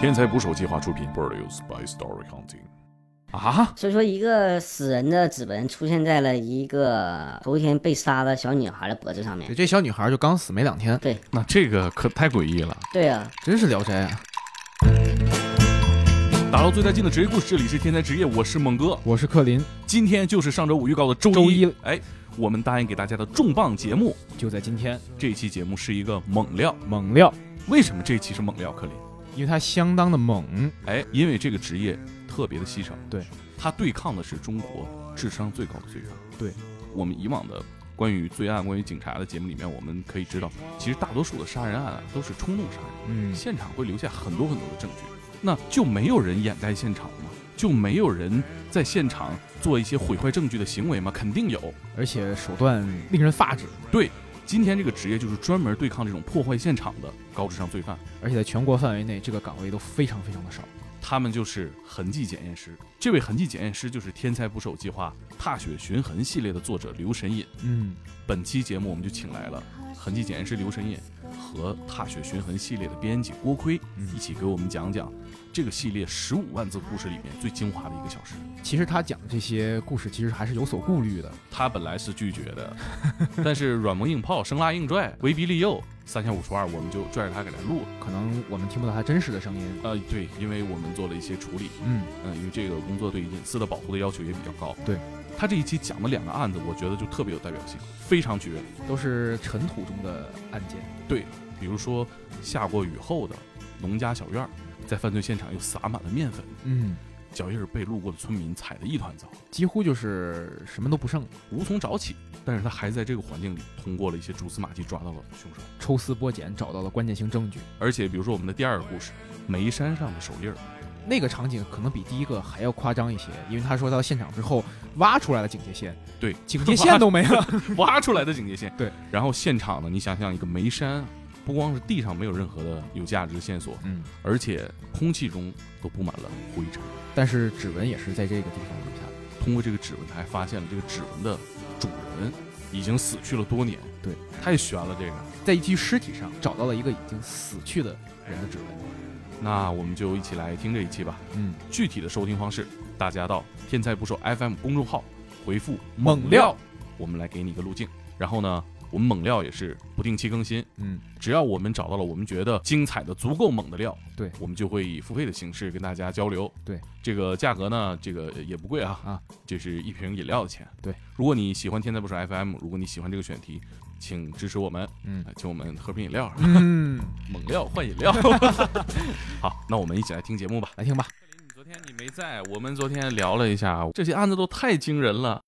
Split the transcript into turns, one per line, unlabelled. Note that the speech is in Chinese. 天才捕手计划出品，Produced by Story Hunting。啊，
所以说，一个死人的指纹出现在了一个头一天被杀的小女孩的脖子上面
对，。这小女孩就刚死没两天，
对
那这个可太诡异了。
对啊，
真是聊斋啊！
打捞最带劲的职业故事，这里是天才职业，我是猛哥。
我是克林，
今天就是上周五预告的周一，
周一
哎，我们答应给大家的重磅节目，
就在今天，
这期节目是一个猛料。
猛料，
为什么这期是猛料，克林？
因为它相当的猛，
哎，因为这个职业特别的稀少，
对，
它对抗的是中国智商最高的罪犯。
对，
我们以往的关于罪案、关于警察的节目里面，我们可以知道，其实大多数的杀人案啊都是冲动杀人，
嗯，
现场会留下很多很多的证据，那就没有人掩盖现场吗？就没有人在现场做一些毁坏证据的行为吗？肯定有。
而且手段令人发指，
今天这个职业就是专门对抗这种破坏现场的高智商罪犯，
而且在全国范围内，这个岗位都非常非常的少。
他们就是痕迹检验师。这位痕迹检验师就是《天才捕手计划》踏雪寻痕系列的作者刘神隐。
嗯，
本期节目我们就请来了痕迹检验师刘神隐和踏雪寻痕系列的编辑郭亏，
嗯
一起给我们讲讲这个系列十五万字故事里面最精华的一个小时。
其实他讲这些故事，其实还是有所顾虑的。
他本来是拒绝的， 但是软磨硬泡、生拉硬拽、威逼利诱，三下五除二，我们就拽着他给他录了。
可能我们听不到他真实的声音。
呃，对，因为我们做了一些处理，
嗯，
嗯、因为这个工作对隐私的保护的要求也比较高。
对，
他这一期讲的两个案子，我觉得就特别有代表性，非常绝。
都是尘土中的案件。
比如说下过雨后的农家小院儿，在犯罪现场又撒满了面粉，
嗯，
脚印儿被路过的村民踩得一团糟，
几乎就是什么都不剩，
无从找起。但是他还在这个环境里通过了一些蛛丝马迹抓到了凶手。
抽丝剥茧找到了关键性证据。
而且比如说我们的第二个故事，煤山上的手印 儿，
那个场景可能比第一个还要夸张一些，因为他说到现场之后挖出来了警戒线，
对，
警戒线都没了。
挖出来的警戒线。
对，
然后现场呢，你想象一个煤山，啊不光是地上没有任何的有价值的线索，
嗯，
而且空气中都布满了灰尘。
但是指纹也是在这个地方留下的。
通过这个指纹，他还发现了这个指纹的主人已经死去了多年。
对，
太悬了这个。
在一具尸体上找到了一个已经死去的人的指纹。
那我们就一起来听这一期吧。
嗯，
具体的收听方式，大家到“天才捕手 FM” 公众号回复“
猛料”，
我们来给你一个路径。然后呢，我们猛料也是不定期更新，
嗯，
只要我们找到了我们觉得精彩的、足够猛的料，
对
我们就会以付费的形式跟大家交流。
对，
这个价格呢，这个也不贵啊，
啊，
这是一瓶饮料的钱。
对，
如果你喜欢天才不手 FM，如果你喜欢这个选题，请支持我们，
嗯
呃请我们喝瓶饮料，
嗯，
猛料换饮 料。 好，那我们一起来听节目吧。
来听吧。
昨天你没在，我们昨天聊了一下，这些案子都太惊人了。